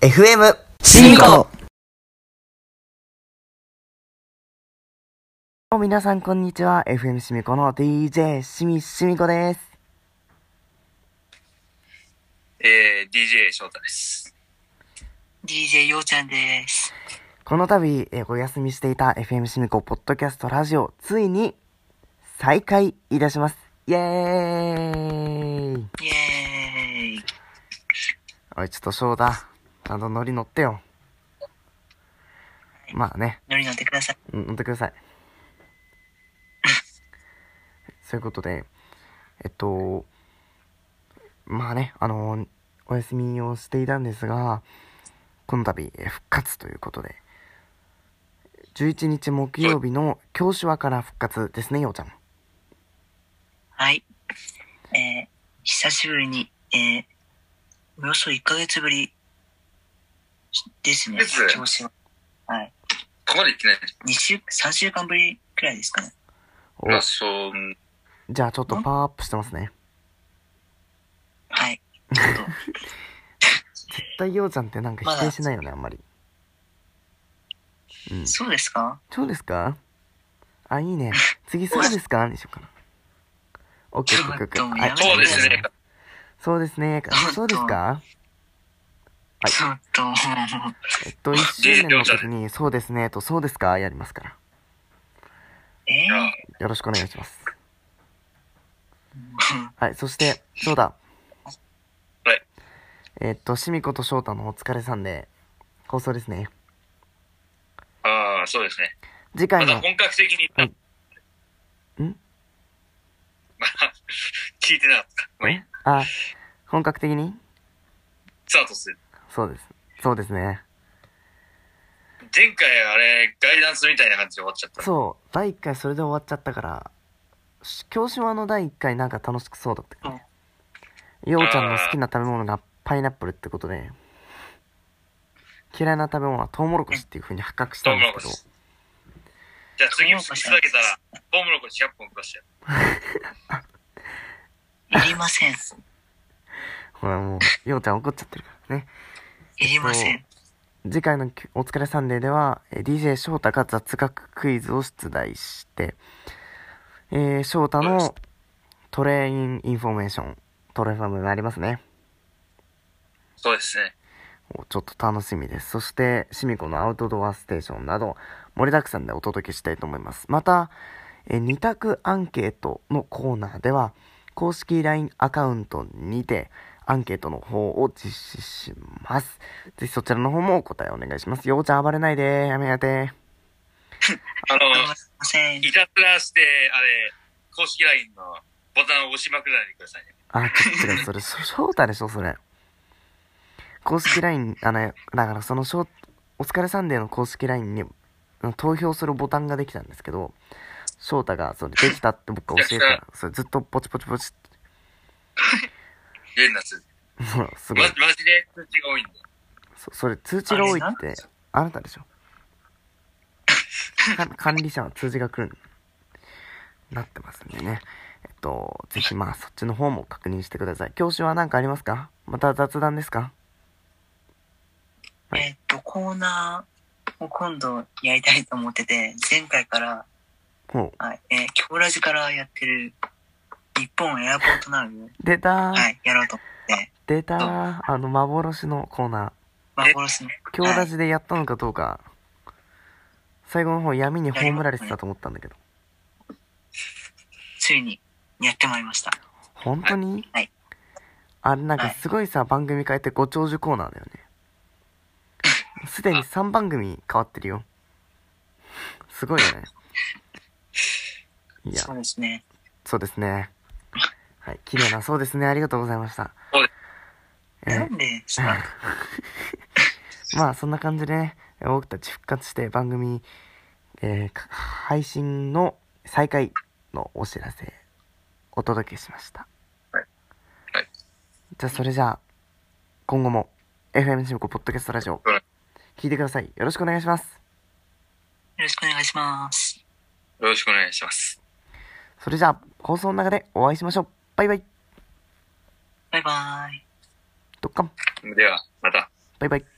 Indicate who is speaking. Speaker 1: FM
Speaker 2: シミコ
Speaker 1: 皆さんこんにちは FM しみこの DJ しみしみこです
Speaker 3: えー、DJ 翔太です。
Speaker 4: DJ ようちゃんです。
Speaker 1: この度、えーお休みしていた FM しみこポッドキャストラジオついに再開いたしますイエーイ
Speaker 4: イエーイ。
Speaker 1: おいちょっと翔太ちゃんとノリ乗ってよまあね
Speaker 4: 乗り乗ってください。
Speaker 1: うん乗ってください そういうことでえっとまあねあのお休みをしていたんですがこの度え復活ということで11日木曜日の教師話から復活ですねようちゃん
Speaker 4: はい。えー、久しぶりに、えー、およそ1ヶ月ぶりですね
Speaker 3: です。
Speaker 4: 調子は。はい。
Speaker 3: ここまで行ってない
Speaker 4: 2週、3週間ぶりくらいですかね。
Speaker 1: お
Speaker 3: まあ、そう、うん
Speaker 1: じゃあちょっとパワーアップしてますね
Speaker 4: はい。ちょっと、
Speaker 1: 絶対ようちゃんってなんか否定しないよねあんまりうん
Speaker 4: そうですか
Speaker 1: そうですかあいいね次そうですかにしようかなオッケーオッケーオッケー
Speaker 4: ちょっと
Speaker 1: はい
Speaker 4: やめて
Speaker 3: そうですね。
Speaker 1: そうですね。
Speaker 4: なんと
Speaker 1: そうですかい
Speaker 4: ちょっと、
Speaker 1: えっと、1周年の時に、そうですねと、そうですかやりますから。
Speaker 4: え
Speaker 3: いや
Speaker 1: よろしくお願いします。
Speaker 4: ー、
Speaker 1: はい、そして、翔太。
Speaker 3: はい。
Speaker 1: えっと、しみこと翔太のお疲れさんで、放送ですね。
Speaker 3: ああ、そうですね。
Speaker 1: 次
Speaker 3: ま
Speaker 1: 回
Speaker 3: だ
Speaker 1: の、
Speaker 3: 本格的に。
Speaker 1: はいん
Speaker 3: まあ、 聞いてなかった。まあいい
Speaker 1: あ、本格的に
Speaker 3: スタートする。
Speaker 1: そうです。そうですね。
Speaker 3: 前回あれ、ガイダンスみたいな感じで終わっちゃった。
Speaker 1: そう、第1回それで終わっちゃったから、し教師話の第1回なんか楽しくそうだったからね。ようちゃんの好きな食べ物がパイナップルってことで、嫌いな食べ物はトウモロコシっていう風に発覚した
Speaker 3: トウ
Speaker 1: ん
Speaker 3: モ
Speaker 1: で
Speaker 3: ロコ
Speaker 1: す
Speaker 3: シ
Speaker 1: けど、。
Speaker 3: じゃあ次、
Speaker 4: トウモロ
Speaker 3: ふ
Speaker 4: コシ
Speaker 3: ざけたら、トウモロコシ100本食わしてやる。
Speaker 4: いりません。
Speaker 1: ほらもう、ようちゃん怒っちゃってるからね。
Speaker 4: いりません。
Speaker 1: 次回のきお疲れサンデーでは、えー DJ 翔太が雑学クイズを出題して、えー、翔太のトレインインフォメーション、トレファムになりますね。
Speaker 3: そうですね。
Speaker 1: おちょっと楽しみです。そして、シミコのアウトドアステーションなど、盛りだくさんでお届けしたいと思います。また、えー、二択アンケートのコーナーでは、公式 LINE アカウントにて、アンケートの方を実施します。ぜひそちらの方もお答えお願いします。ようちゃん暴れないで、やめやて。
Speaker 3: あの、
Speaker 4: いりません。
Speaker 3: いたずらして、あれ、公式 LINE のボタンを押しまくらないでくださいね。
Speaker 1: あ、ちょっと、それ、そ翔太でしょ、それ。公式 LINE、あの、だからその翔、お疲れサンデーの公式 LINE に、あの投票するボタンができたんですけど、翔太が、それ、できたって僕が教えたら、それずっとポチポチポチっ
Speaker 3: 変な数字。
Speaker 1: て、そうすご
Speaker 3: ま
Speaker 1: い。
Speaker 3: マジで数字が多いんだ。
Speaker 1: そそれ、通知が多いって、あなたでしょ。か管理者は通知が来る、なってますんでね。えっと、ぜひまあ、そっちの方も確認してください。教師は何かありますかまた雑談ですか
Speaker 4: えっと、コーナーを今度やりたいと思ってて、前回から、
Speaker 1: ほ
Speaker 4: はい、えー、京ラジからやってる、日本エアポートナウを、
Speaker 1: う。出たー。
Speaker 4: はい、やろうと思って、
Speaker 1: 出たーあの幻のコーナ
Speaker 4: 幻の、
Speaker 1: ー今日ラジでやったのかどうか最後の方闇に葬られてたと思ったんだけど
Speaker 4: ついにやってまいりました。
Speaker 1: 本当に、
Speaker 4: はい
Speaker 1: あれなんかすごいさ番組変えてご長寿コーナーだよねすでに3番組変わってるよすごいよねいや
Speaker 4: そうですね。
Speaker 1: そうですねはい綺麗なそうですねありがとうございました
Speaker 3: そうで
Speaker 1: えー
Speaker 4: なんでですか
Speaker 1: まあそんな感じでね僕たち復活して番組、えーか配信の再開のお知らせお届けしました
Speaker 3: はいはい
Speaker 1: じゃあそれじゃあ今後も FM 新コポッドキャストラジオ
Speaker 3: はい
Speaker 1: 聞いてくださいよろしくお願いします
Speaker 4: よろしくお願いします。
Speaker 3: よろしくお願いします。
Speaker 1: それじゃあ放送の中でお会いしましょうバイバイ
Speaker 4: バイバイ。
Speaker 1: ドッカン
Speaker 3: では、また。
Speaker 1: バイバイ